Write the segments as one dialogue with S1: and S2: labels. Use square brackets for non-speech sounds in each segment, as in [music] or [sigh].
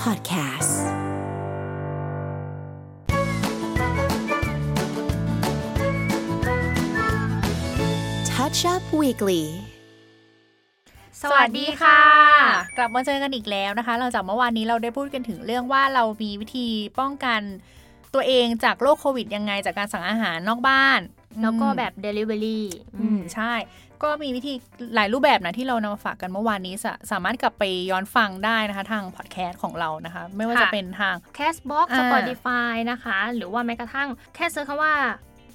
S1: Podcasts. Touch Up Weekly.
S2: สวัสดีค่ะ กลับมาเจอกันอีกแล้วนะคะ หลังจากเมื่อวานนี้เราได้พูดกันถึงเรื่องว่าเรามีวิธีป้องกันตัวเองจากโรคโควิดยังไงจากการสั่งอาหารนอกบ้าน
S3: แล้วก็
S2: อืม
S3: แบบ Delivery
S2: อืมใช่ ก็มีวิธีหลายรูปแบบนะที่เรานำมาฝากกันเมื่อวานนี้สะสามารถกลับไปย้อนฟังได้นะคะ ทางพอดแคสต์ของเรานะคะ ไม่ว่าจะ
S3: ค่ะ
S2: เป็นทาง
S3: Castbox
S2: อ่า
S3: Spotify นะคะ หรือว่าแม้กระทั่งแค่เซิร์ชคำว่า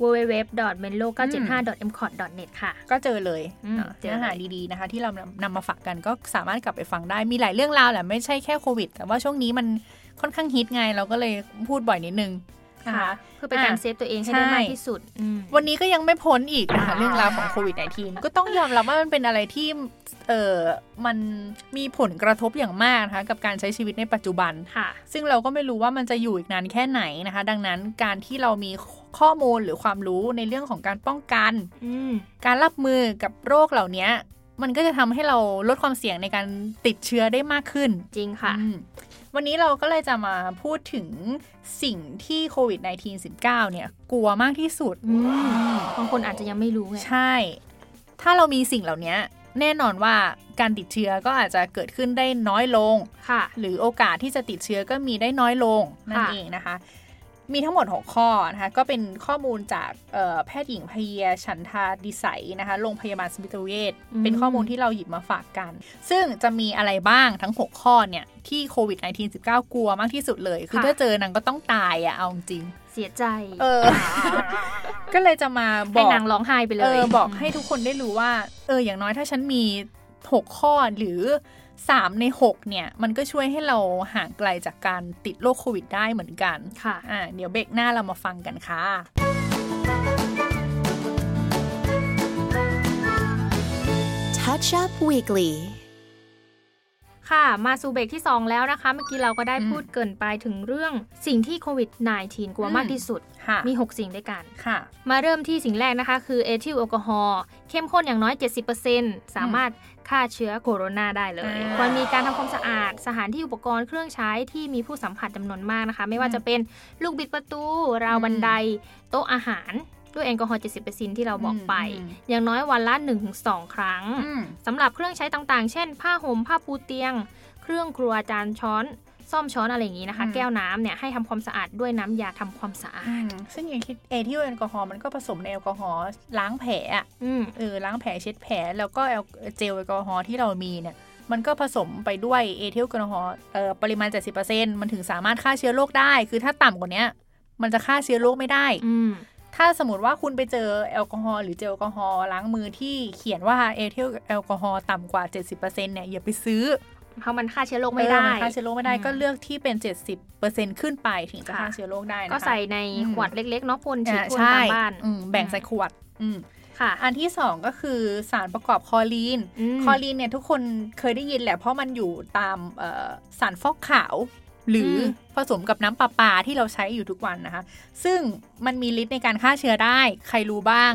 S3: www.menlo975.mcot.net ค่ะ
S2: ก็เจอเลย
S3: อืม
S2: เนอะ
S3: เจอ
S2: เนื้อหา
S3: เลย
S2: ดีๆนะคะ ที่เรานำมาฝากกันก็สามารถกลับไปฟังได้มีหลายเรื่องราวแหละไม่ใช่แค่โควิด แต่ว่าช่วงนี้มันค่อนข้างฮิตไงเราก็เลยพูดบ่อยนิดนึงนะคะ
S3: เพื่อเป็นการ
S2: อ่ะ
S3: เซฟตัวเองให้ได้
S2: ใช่
S3: มากที่สุดอืม
S2: วันนี้ก็ยังไม่พ้นอีกนะคะเรื่องราวของโควิด -19 ก็ต้องยอมรับว่ามันเป็นอะไรที่เออมันมีผลกระทบอย่างมากนะคะกับการใช้ชีวิตในปัจจุบัน
S3: ค่ะ
S2: ซึ่งเราก็ไม่รู้ว่ามันจะอยู่อีกนานแค่ไหนนะคะ ดังนั้นการที่เรามีข้อมูลหรือความรู้ในเรื่องของการป้องกัน
S3: อืม
S2: การรับมือกับโรคเหล่านี้มันก็จะทำให้เราลดความเสี่ยงในการติดเชื้อได้มากขึ้น
S3: จริงค่ะ
S2: อืมวันนี้เราก็เลยจะมาพูดถึงสิ่งที่โควิด -19 19เนี่ย กลัวมากที่สุด
S3: อืม บางคนอาจจะยังไม่รู้ไง
S2: ใช่ ถ้าเรามีสิ่งเหล่านี้แน่นอนว่าการติดเชื้อก็อาจจะเกิดขึ้นได้น้อยลง
S3: ค่ะ
S2: หรือโอกาสที่จะติดเชื้อก็มีได้น้อยลงนั่น
S3: ค่ะ
S2: เองนะคะ มีทั้งหมด 6 ข้อนะคะ ก็เป็นข้อมูลจากเอ่อแพทย์หญิงพเยียชันทาดิสัยนะคะ โรงพยาบาลสมิติเวช เป็นข้อมูลที่เราหยิบมาฝากกัน ซึ่งจะมีอะไรบ้างทั้ง 6 ข้อเนี่ย ที่โควิด -19 19 กลัวมากที่สุดเลย คือ
S3: ค่ะ
S2: ถ้าเจอนางก็ต้องตายอะเอาจริง
S3: เสียใจ
S2: เออ ก็เลยจะมาบ
S3: ให้
S2: อก
S3: นางร้องไห้ไปเลย
S2: เออบอกให้ทุกคนได้รู้ว่า เอออย่างน้อยถ้าฉันมี 6 ข้อหรือ 3 ใน 6 เนี่ย มันก็ช่วยให้เราห่างไกลจากการติดโรคโควิดได้เหมือนกัน
S3: ค่ะ
S2: อ่าเดี๋ยวเบรกหน้าเรามาฟังกันค่ะ
S1: Touch Up Weekly.
S3: ค่ะมาสู่เบรกที่ 2 แล้วนะคะ เมื่อกี้เราก็ได้
S2: อืม
S3: พูดเกรินไปถึงเรื่องสิ่งที่โควิด -19 กลัว
S2: อืม
S3: มากที่สุด
S2: ค่ะ
S3: มี 6 สิ่งด้วยกัน
S2: ค่ะ
S3: มาเริ่มที่สิ่งแรกนะคะ คือเอทิลแอลกอฮอล์เข้มข้นอย่างน้อย 70%สามารถฆ่าเชื้อโคโรนาได้เลย
S2: อ่า
S3: ควรมีการทำความสะอาด สถานที่อุปกรณ์เครื่องใช้ที่มีผู้สัมผัสจำนวนมากนะคะ ไม่ว่าจะเป็นลูกบิดประตู ราวบันได โต๊ะอาหาร ด้วยแอลกอฮอล์70%ที่เราบอกไป
S2: อืม
S3: อย่างน้อยวันละ 1-2 ครั้ง
S2: อืม
S3: สำหรับเครื่องใช้ต่างๆ เช่น ผ้าห่ม ผ้าปูเตียง เครื่องครัว จานช้อน ซ่อมช้อนอะไรอย่างนี้นะคะ
S2: อืม
S3: แก้วน้ำเนี่ยให้ทำความสะอาดด้วยน้ำยาทำความสะอาด
S2: อืมซึ่งอย่างคิดเอทิลแอลกอฮอล์มันก็ผสมในแอลกอฮอล์ล้างแผลอะ
S3: อืม
S2: เออล้างแผลเช็ดแผลแล้วก็แอลเจลแอลกอฮอล์ที่เรามีเนี่ย มันก็ผสมไปด้วยเอทิลแอลกอฮอล์เอ่อปริมาณ 70%มันถึงสามารถฆ่าเชื้อโรคได้ คือถ้าต่ำกว่าเนี้ยมันจะฆ่าเชื้อโรคไม่ได้
S3: อืม
S2: ถ้าสมมติว่าคุณไปเจอแอลกอฮอล์หรือเจลแอลกอฮอล์ล้างมือที่เขียนว่าเอทิลแอลกอฮอล์ต่ำกว่า 70%เนี่ยอย่าไปซื้อ
S3: เพราะมันฆ่าเชื้อโรคไม่ได้
S2: เออมันฆ่าเชื้อโรคไม่ได้
S3: อืม
S2: ก็เลือกที่เป็น 70%ขึ้นไปถึงจะฆ่าเชื้อโรคได้นะคะ
S3: ก็ใส่ใน
S2: อืม
S3: ขวดเล็กๆเนาะพ่นฉีด
S2: อ่า
S3: พ่น
S2: ใช่
S3: ตามบ้าน
S2: อืมแบ่งใส่ขวดอืม
S3: ค่ะ
S2: อันที่สองก็คือสารประกอบคอลีน
S3: ม
S2: คอลีนเนี่ยทุกคนเคยได้ยินแหละเพราะมันอยู่ตามเอ่อสารฟอกขาว หรืออผสมกับน้ำประปาที่เราใช้อยู่ทุกวันนะคะ ซึ่งมันมีฤทธิ์ในการฆ่าเชื้อได้ ใครรู้บ้าง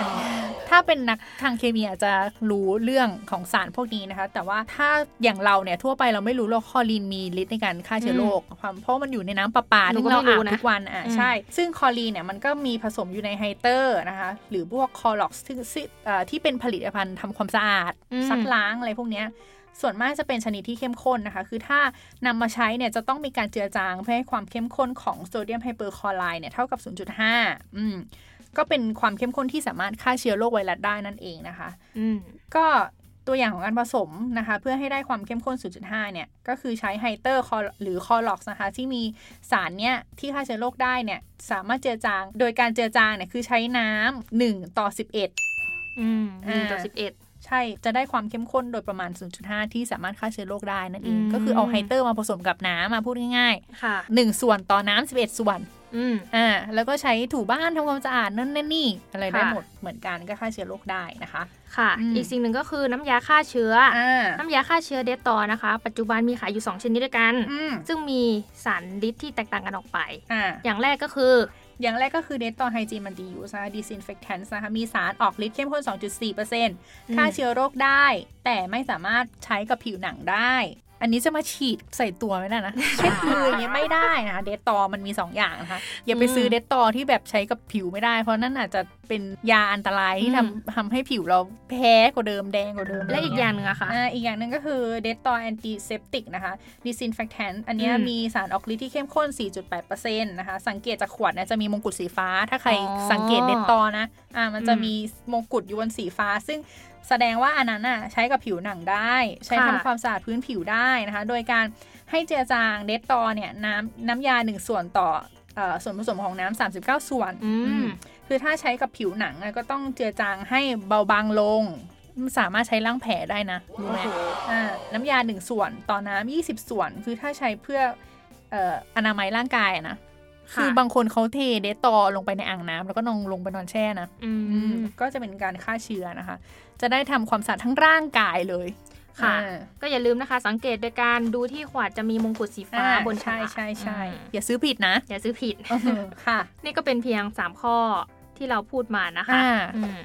S2: [laughs] ถ้าเป็นนักทางเคมีอาจจะรู้เรื่องของสารพวกนี้นะคะ แต่ว่าถ้าอย่างเราเนี่ยทั่วไปเราไม่รู้หรอกคอลีนมีฤทธิ์ในการฆ่าเชื้อโรคความเพราะมันอยู่ในน้ำประปาที่เราอาบทุกวันอ่ะใช่ ซึ่งคอลีนเนี่ยมันก็มีผสมอยู่ในไฮเตอร์นะคะ หรือพวกคอล็อกซึ่งซึ่งเอ่อที่เป็นผลิตภัณฑ์ทำความสะอาด
S3: อืม
S2: ซักล้างอะไรพวกเนี้ย ส่วนมากจะเป็นชนิดที่เข้มข้นนะคะ คือถ้านำมาใช้เนี่ยจะต้องมีการเจือจางเพื่อให้ความเข้มข้นของโซเดียมไฮเปอร์คลอไรด์เนี่ยเท่ากับ 0.5 อืม ก็เป็นความเข้มข้นที่สามารถฆ่าเชื้อโรคไวรัสได้นั่นเองนะคะ
S3: อืม
S2: ก็ตัวอย่างของการผสมนะคะ เพื่อให้ได้ความเข้มข้น 0.5 เนี่ย ก็คือใช้ไฮเตอร์คอหรือคอล็อกนะคะ ที่มีสารเนี่ยที่ฆ่าเชื้อโรคได้เนี่ยสามารถเจือจาง โดยการเจือจางเนี่ยคือใช้น้ำ1ต่อ11
S3: อืมหนึ่งต่อ
S2: อ่า
S3: สิบเอ็ด
S2: ใช่ จะได้ความเข้มข้นโดยประมาณ 0.5 ที่สามารถฆ่าเชื้อโรคได้นั่นเอง
S3: อืม
S2: ก็คือเอาไฮเตอร์มาผสมกับน้ำมาพูดง่าย
S3: ค่ะ
S2: ๆ 1 ส่วนต่อน้ำ11 ส่วน
S3: อืม
S2: อ่า แล้วก็ใช้ถูบ้านทำความสะอาดนั่นนั่นนี่ อะไรได้
S3: ค่ะ
S2: หมดเหมือนกันก็ฆ่าเชื้อโรคได้นะคะ
S3: ค่ะ
S2: อืม
S3: อีกสิ่งหนึ่งก็คือน้ำยาฆ่าเชื้ออ
S2: อ่า
S3: น้ำยาฆ่าเชื้อเดตตอนะคะ ปัจจุบันมีขายอยู่สองชนิดด้วยกัน
S2: อืม
S3: ซึ่งมีสารฤทธิ์ที่แตกต่างกันออกไป
S2: อ่า
S3: อย่างแรกก็คือ
S2: อย่างแรกก็คือเดตตอไฮจีมันดียูสนะคะดิซินเฟคแทนนะคะ มีสารออกฤทธิ์เข้มข้น 2.4%ฆ่าเชื้อโรคได้ แต่ไม่สามารถใช้กับผิวหนังได้ อันนี้จะมาฉีดใส่ตัวไม่ได้
S3: [laughs]
S2: นะ เช็ดมืออย่างเงี้ยไม่ได้นะคะเดตตอมันมีสองอย่างนะคะ อย่าไป
S3: อืม
S2: ซื้อเดตตอที่แบบใช้กับผิวไม่ได้ เพราะนั่นอาจจะเป็นยาอันตรายที่ทำ
S3: อืม
S2: ทำให้ผิวเราแพ้กว่าเดิมแดงกว่าเดิม
S3: และอีกอย่าง
S2: เห
S3: นึ่งอะค่ะ
S2: อ่าอีกอย่างหนึ่งก็คือเดตตอแอนติเซปติกนะคะ disinfectant อันเนี้ย
S3: อืม
S2: มีสารออกฤทธิ์ที่เข้มข้น 4.8%นะคะ สังเกตจากขวดเนี่ยจะมีมงกุฎสีฟ้า ถ้าใคร
S3: อ๋อ
S2: สังเกตเดตตอนะอ่ามันจะ
S3: อืม
S2: มีมงกุฎอยู่บนสีฟ้า ซึ่งแสดงว่าอันนั้นน่ะใช้กับผิวหนังได้ ใช้
S3: ค่ะ
S2: ทำความสะอาดพื้นผิวได้นะคะ โดยการให้เจือจางเดตตอเนี่ยน้ำน้ำยา 1 ส่วนต่อเอ่อส่วนผสมของน้ำ39 ส่วน
S3: อืม
S2: คือถ้าใช้กับผิวหนังอะก็ต้องเจือจางให้เบาบางลงมันสามารถใช้ล้างแผลได้นะรู้ไหมอ่าน้ำยา 1 ส่วนต่อน้ำ20 ส่วน คือถ้าใช้เพื่อเอ่ออนามัยร่างกายอะนะ
S3: ค่ะ
S2: คือบางคนเขาเทเดตตอลงไปในอ่างน้ำแล้วก็นองลงไปนอนแช่นะ
S3: อื
S2: อืม
S3: ม
S2: ก็จะเป็นการฆ่าเชื้อนะคะ จะได้ทำความสะอาดทั้งร่างกายเลย
S3: ค่ะ
S2: อ่า
S3: ก็อย่าลืมนะคะ สังเกตโดยการดูที่ขวดจะมีมงกุฎสีฟ้า
S2: อ่า
S3: บนฉ
S2: ใช่
S3: ลาก
S2: ใช่ใช่
S3: อืม
S2: อย่าซื้อผิดนะ
S3: อย่าซื้อผิด
S2: ค่ะ
S3: นี่ก็เป็นเพียง 3 ข้อที่เราพูดมานะคะ
S2: อ่า
S3: อืม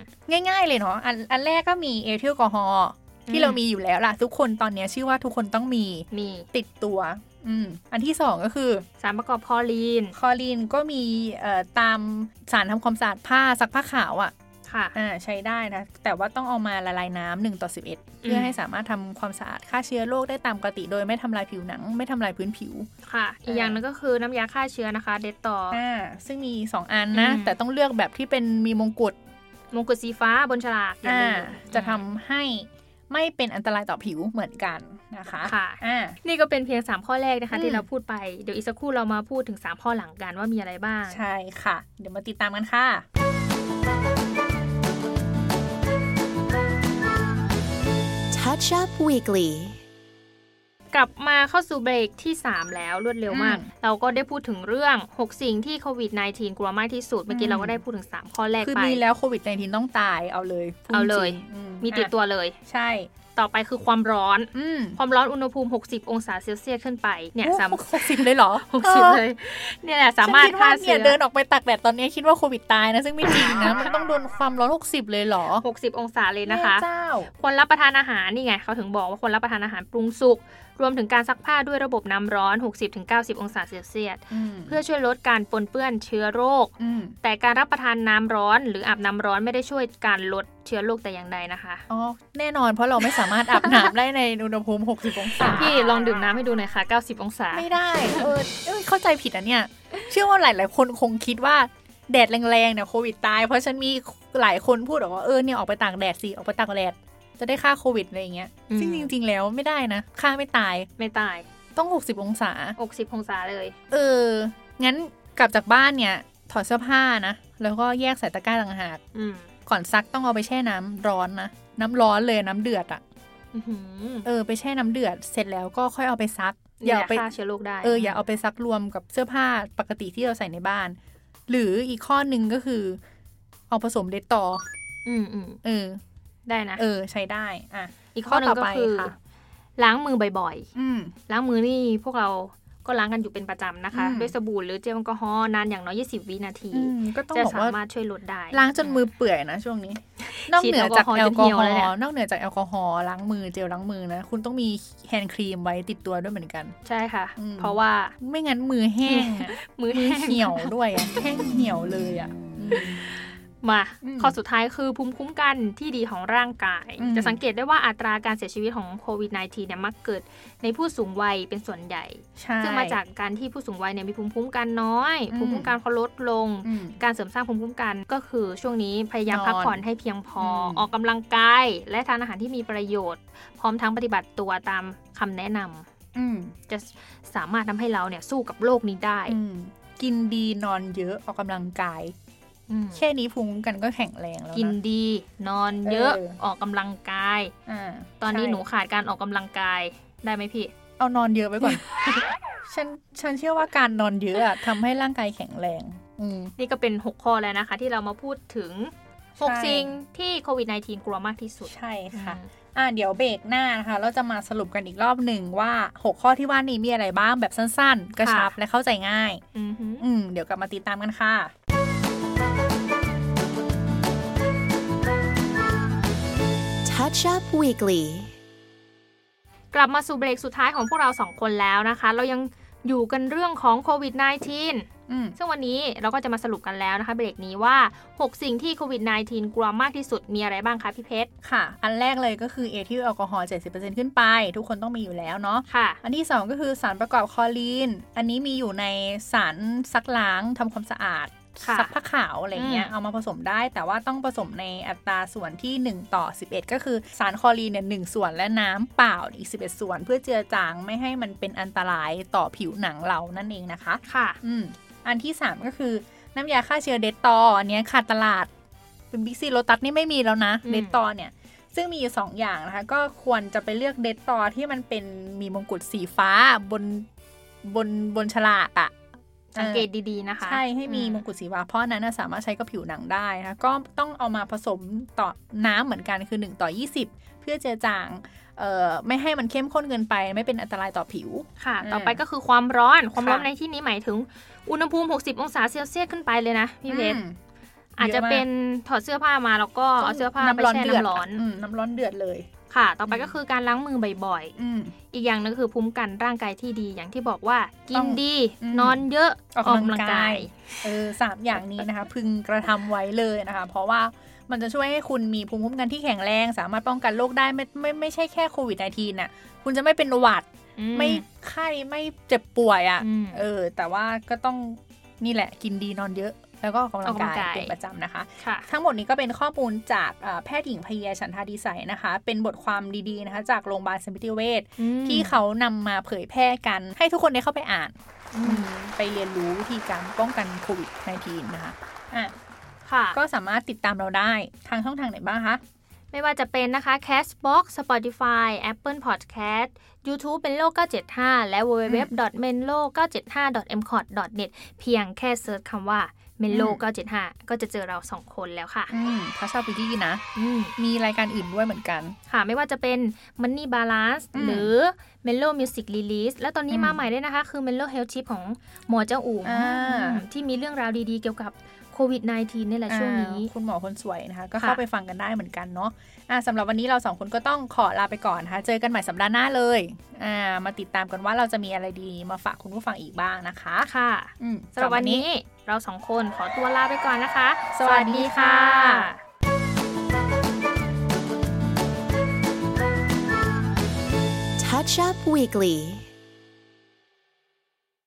S2: ง่ายๆเลยเนาะอันอันแรกก็มีเอทิลแอลกอฮอล์
S3: อื
S2: ที่
S3: ม
S2: เรามีอยู่แล้วล่ะ ทุกคนตอนเนี้ยชื่อว่าทุกคนต้องมี
S3: มี
S2: ติดตัวอืมอันที่สองก็คือ
S3: สารประกอบพอลีน
S2: คลอรีนก็มีเอ่อตามสารทำความสะอาดผ้าซักผ้าขาวอะ
S3: ค่ะ
S2: อ่ะใช้ได้นะ แต่ว่าต้องเอามาละลายน้ำหนึ่งต่อสิบเอ็ดเพื่อให้สามารถทำความสะอาดฆ่าเชื้อโรคได้ตามปกติโดยไม่ทำลายผิวหนัง ไม่ทำลายพื้นผิว
S3: ค่ะ อีกอย่างหนึงก็คือน้ำยาฆ่าเชื้อนะคะ เดตต่อ
S2: อ่าซึ่งมีสองอันนะ
S3: อืม
S2: แต่ต้องเลือกแบบที่เป็นมีมงกุฎ
S3: มงกุฎสีฟ้าบนฉลากอย่า
S2: อ่า
S3: ลืม
S2: จะทำให้ไม่เป็นอันตรายต่อผิวเหมือนกันนะคะ
S3: ค่ะ
S2: อ่า
S3: นี่ก็เป็นเพียง 3 ข้อแรกนะคะ
S2: อืม
S3: ที่เราพูดไป เดี๋ยวอีกสักครู่เรามาพูดถึง 3 ข้อหลังกันว่ามีอะไรบ้าง
S2: ใช่ค่ะ เดี๋ยวมาติดตามกันค่ะ
S1: Touch Up Weekly.
S3: กลับมาเข้าสู่เบรกที่ 3 แล้วรวดเร็วมาก
S2: อืม
S3: เราก็ได้พูดถึงเรื่อง 6 สิ่งที่โควิด -19 กลัวมากที่สุด เมื่อกี้
S2: อืม
S3: เราก็ได้พูดถึง 3 ข้อแรก
S2: คือ
S3: ไป
S2: มีแล้วโควิดในทีต้องตายเอาเลยพูด
S3: เอาเลย
S2: จริงอื
S3: มีติด
S2: อ่ะ
S3: ตัวเลย
S2: ใช่
S3: ต่อไปคือความร้อน
S2: อืม
S3: ความร้อนอุณหภูมิ 60 องศาเซลเซียสขึ้นไป เนี่ยสาม
S2: หกสิบเลยเหรอ
S3: หกสิบเลย เนี่ยแหละสามารถ
S2: ฉันคิด
S3: ฆ่า
S2: ว่าเนี่
S3: เชื้
S2: ย
S3: อ
S2: เดินออกไปตักแดดตอนนี้คิดว่าโควิดตายนะ ซึ่งไม่จริงนะ มันต้องโดนความร้อนหกสิบเลยเหรอ
S3: 60 องศาเลยนะคะ
S2: แม่เจ้า
S3: คนรับประทานอาหารนี่ไงเขาถึงบอกว่าคนรับประทานอาหารปรุงสุก รวมถึงการซักผ้าด้วยระบบน้ำร้อน 60-90 องศาเซลเซียส
S2: อืม
S3: เพื่อช่วยลดการปนเปื้อนเชื้อโรค
S2: อืม
S3: แต่การรับประทานน้ำร้อน หรืออาบน้ำร้อนไม่ได้ช่วยการลดเชื้อโรคแต่อย่างใดนะคะ
S2: อ๋อแน่นอนเพราะเราไม่สามารถอาบน้ำได้ในอุณหภูมิหกสิบองศา
S3: พี่ลองดื่มน้ำให้ดูหน่อยค่ะ 90 องศา
S2: ไม่ได้ เออเอ้ยเข้าใจผิดอ่ะเนี่ย เชื่อว่าหลาย ๆ คนคงคิดว่าแดดแรง ๆ เนี่ยโควิดตาย เพราะฉันมีหลายคนพูดบอกว่า เออเนี่ยออกไปต่างแดดสิ ออกไปต่างแดด จะได้ฆ่าโควิดอะไรอย่างเงี้ย
S3: อืม
S2: ซึ่งจริง ๆ แล้วไม่ได้นะฆ่าไม่ตาย
S3: ไม่ตาย
S2: ต้อง 60 องศา
S3: 60 องศาเลย
S2: เออ งั้นกลับจากบ้านเนี่ย ถอดเสื้อผ้านะ แล้วก็แยกใส่ตะกร้าต่างหาก
S3: อืม
S2: ก่อนซักต้องเอาไปแช่น้ำร้อนนะ น้ำร้อนเลยน้ำเดือดอะ
S3: อื้อหือ
S2: เออไปแช่น้ำเดือด เสร็จแล้วก็ค่อยเอาไปซัก อ
S3: นี่
S2: ย่า
S3: แหละ
S2: เอาไป
S3: ฆ่าเชื้อโรคได้
S2: เอออย่าเอาไปซักรวมกับเสื้อผ้าปกติที่เราใส่ในบ้าน หรืออีกข้อหนึ่งก็คือ เอาผสมเดตตอร์
S3: อืมอืม
S2: เออ
S3: ได้นะ
S2: เออ ใช้ได้อ่ะ
S3: อีกข้อหนึ่ง
S2: ข้อต่
S3: ก็
S2: อไป
S3: คือ
S2: ค่ะ
S3: ล้างมือบ่อย
S2: อืม
S3: ๆ ล้างมือนี่พวกเราก็ล้างกันอยู่เป็นประจำนะคะ
S2: อืม
S3: ด้วยสบู่หรือเจลแอลกอฮอล์นานอย่างน้อย 20 วินาที
S2: อืมก็ต้อง
S3: จะ
S2: บอก
S3: สา
S2: ว่าม
S3: ารถช่วยลดได้
S2: ล้างจนมือเปื่อยนะช่วงนี้ นอกเหนือจาก
S3: ฉีด
S2: แอ
S3: แอ
S2: ล
S3: ล
S2: ก
S3: ก
S2: อ
S3: อฮอล์จน
S2: ฮอ
S3: เหี่ยว
S2: ล์
S3: เลยเนี่ย
S2: นอกเหนือจากแอลกอฮอล์ล้างมือเจลล้างมือนะ คุณต้องมีแฮนด์ครีมไว้ติดตัวด้วยเหมือนกัน
S3: ใช่ค่ะ
S2: อืม
S3: เพราะว่า
S2: ไม่งั้นมือแห้ง
S3: [laughs]
S2: อะ
S3: มือ
S2: มือ
S3: แห้ง
S2: เหี่ยวด้วยอะแห้งเหี่ยวเลยอ่ะอืม
S3: มา
S2: อืม
S3: ข้อสุดท้ายคือภูมิคุ้มกันที่ดีของร่างกาย
S2: อืม
S3: จะสังเกตได้ว่าอัตราการเสียชีวิตของโควิด -19 เนี่ยมักเกิดในผู้สูงวัยเป็นส่วนใหญ่
S2: ใช่
S3: ซึ่งมาจากการที่ผู้สูงวัยเนี่ยมีภูมิคุ้มกันน้อย
S2: อืม
S3: ภูมิคุ้มกันเขาลดลง
S2: อืม
S3: การเสริมสร้างภูมิคุ้มกันก็คือช่วงนี้พยายาม
S2: นอน
S3: พักผ่อนให้เพียงพออ
S2: ม
S3: ออกกำลังกาย และทานอาหารที่มีประโยชน์ พร้อมทั้งปฏิบัติตัวตามคำแนะนำ
S2: อืม
S3: จะสามารถทำให้เราเนี่ยสู้กับโลกนี้ได้
S2: อืมกินดีนอนเยอะออกกำลังกาย
S3: อืม
S2: แค่นี้ภูมิคุ้มกันก็แข็งแรงแล้วนะ
S3: กินดี นอนเยอะ
S2: เออ
S3: ออกกำลังกาย
S2: อ่า
S3: ตอนนี้
S2: ใช่
S3: หนูขาดการออกกำลังกายได้ไหมพี่
S2: เอานอนเยอะไว้ก่อน
S3: [laughs]
S2: ฉันฉันเชื่อว่าการนอนเยอะอะทำให้ร่างกายแข็งแรง อืม
S3: นี่ก็เป็น 6 ข้อแล้วนะคะ ที่เรามาพูดถึง
S2: ใช่
S3: 6 สิ่งที่โควิด -19 กลัวมากที่สุด
S2: ใช่ค่ะ
S3: อืม
S2: อ่าเดี๋ยวเบรกหน้านะคะ เราจะมาสรุปกันอีกรอบหนึ่งว่า 6 ข้อที่ว่านี้มีอะไรบ้างแบบสั้นๆ กระชับและเข้าใจง่าย
S3: อือหือ
S2: อืมเดี๋ยวกลับมาติดตามกันค่ะ
S1: Touch Up Weekly.
S3: กลับมาสู่เบรกสุดท้ายของพวกเราสองคนแล้วนะคะ เรายังอยู่กันเรื่องของโควิด -19
S2: อืม
S3: ซึ่งวันนี้เราก็จะมาสรุปกันแล้วนะคะ เบรกนี้ว่า 6 สิ่งที่โควิด -19 กลัวมากที่สุดมีอะไรบ้างคะพี่เพชร
S2: ค่ะ อันแรกเลยก็คือเอทิลแอลกอฮอล์70%ขึ้นไป ทุกคนต้องมีอยู่แล้วเนาะ
S3: ค่ะ
S2: อันที่ 2 ก็คือสารประกอบคลอลีน อันนี้มีอยู่ในสารซักล้างทำความสะอาด
S3: ค่ะ
S2: ซัผ้าขาวอะไรเงี้ย
S3: อืม
S2: เอามาผสมได้ แต่ว่าต้องผสมในอัตราส่วนที่ 1 ต่อ 11 ก็คือสารคลอลีนเนี่ยหนึ่งส่วนและน้ำเปล่าอีก 11 ส่วน เพื่อเจือจางไม่ให้มันเป็นอันตรายต่อผิวหนังเรานั่นเองนะคะ
S3: ค่ะ
S2: อืมอันที่ 3 ก็คือน้ำยาฆ่าเชื้อเดตตออันเนี้ยขาดตลาด เป็นบิ๊กซีโ t ตัสนี่ไม่มีแล้วนะ
S3: อืม
S2: เดตตอเนี่ย ซึ่งมีอยู่ 2 อย่างนะคะ ก็ควรจะไปเลือกเดตตอที่มันเป็นมีมงกุฎสีฟ้าบนบนบนฉลากอะ
S3: สังเกตดีๆนะคะ
S2: ใช่ให้มี
S3: อื
S2: มงกุฎสีฟ้าเพราะอันนั้นนะสามารถใช้กับผิวหนังได้นะคะก็ต้องเอามาผสมต่อน้ำเหมือนกันคือ 1 ต่อ 20 เพื่อเจือจางเอ่อไม่ให้มันเข้มข้นเกินไป ไม่เป็นอันตรายต่อผิว
S3: ค่ะ
S2: อืม
S3: ต่อไปก็คือความร้อน ความร้อน
S2: ค่ะ
S3: ในที่นี้หมายถึงอุณหภูมิ 60 องศาเซลเซียสขึ้นไปเลยนะพี่เพชร
S2: อืม
S3: อาจจะ
S2: เยอะมาก
S3: เป็นถอดเสื้อผ้ามาแล้วก็เอาเสื้อผ้าไปแช่
S2: ด
S3: น้ำร้อน
S2: อืมน้ำร้อนเดือดเลย
S3: ค่ะ ต่อไป
S2: อืม
S3: ก็คือการล้างมือบ่อย
S2: อืม
S3: ๆ อีกอย่างหนึงคือภูมิกันร่างกายที่ดีอย่างที่บอกว่า กิ
S2: ต้
S3: น
S2: อง
S3: ดี
S2: อืม
S3: นอนเยอะ
S2: ออกกำลังกาย เออสามอย่างนี้นะคะ พึงกระทำไว้เลยนะคะ เพราะว่ามันจะช่วยให้คุณมีภูมิคุ้มกันที่แข็งแรง สามารถป้องกันโรคได้ไม่ไม่ไม่ใช่แค่โควิด -19 น่ะคุณจะไม่เป็นหวัด
S3: อื
S2: ไม่ไข้ไม่เจ็บป่วยอ่ะ
S3: อืม
S2: เออ แต่ว่าก็ต้องนี่แหละกินดีนอนเยอะ แล้วก็ออกกำลังกา
S3: ออกกำลัง
S2: ย
S3: กาย
S2: เป็นประจำนะคะ
S3: ค่ะ
S2: ทั้งหมดนี้ก็เป็นข้อมูลจากเอ่อแพทย์หญิงพเยาชันทาดีไซน์นะคะ เป็นบทความดีๆนะคะ จากโรงพยาบาลสมิติเวช
S3: อืม
S2: ที่เขานำมาเผยแพร่กัน ให้ทุกคนได้เข้าไปอ่าน
S3: อืม
S2: ไปเรียนรู้วิธีการป้องกันโควิด -19 นะคะอ่ะ
S3: ค่ะ
S2: ก็สามารถติดตามเราได้ทางช่องทางไหนบ้างคะ
S3: ไม่ว่าจะเป็นนะคะ Castbox Spotify Apple Podcast YouTube เป็นโลก 975 และ www menlo 975 m c o t net เพียงแค่เซิร์ชคำว่า menlo
S2: อื
S3: 975 ก็จะเจอเราสองคนแล้วค่ะ
S2: อืมถ้าชอบวิธีนะ
S3: อืม
S2: มีรายการอื่นด้วยเหมือนกัน
S3: ค่ะ ไม่ว่าจะเป็น Money Balance
S2: อืม
S3: หรือ Menlo Music Release และตอนนี้
S2: อืม
S3: มาใหม่ด้วยนะคะ คือ Menlo Health Tip ของหมอเจ้าอู๋ม
S2: อ่า
S3: อืมที่มีเรื่องราวดีๆเกี่ยวกับโควิด -19 นี่แหละช่วงนี้
S2: อ่าคุณหมอคนสวยนะคะ ก็
S3: ค่ะ
S2: เข้าไปฟังกันได้เหมือนกันเนาะอ่าสำหรับวันนี้เราสองคนก็ต้องขอลาไปก่อนนะคะ เจอกันใหม่สัปดาห์หน้าเลยอ่ามาติดตามกันว่าเราจะมีอะไรดีมาฝากคุณผู้ฟังอีกบ้างนะคะ
S3: ค่ะ
S2: อืม
S3: สำหรับวันนี้เราสองคนขอตัวลาไปก่อนนะคะ
S2: สวัสดีค่ะ
S1: Touch Up Weekly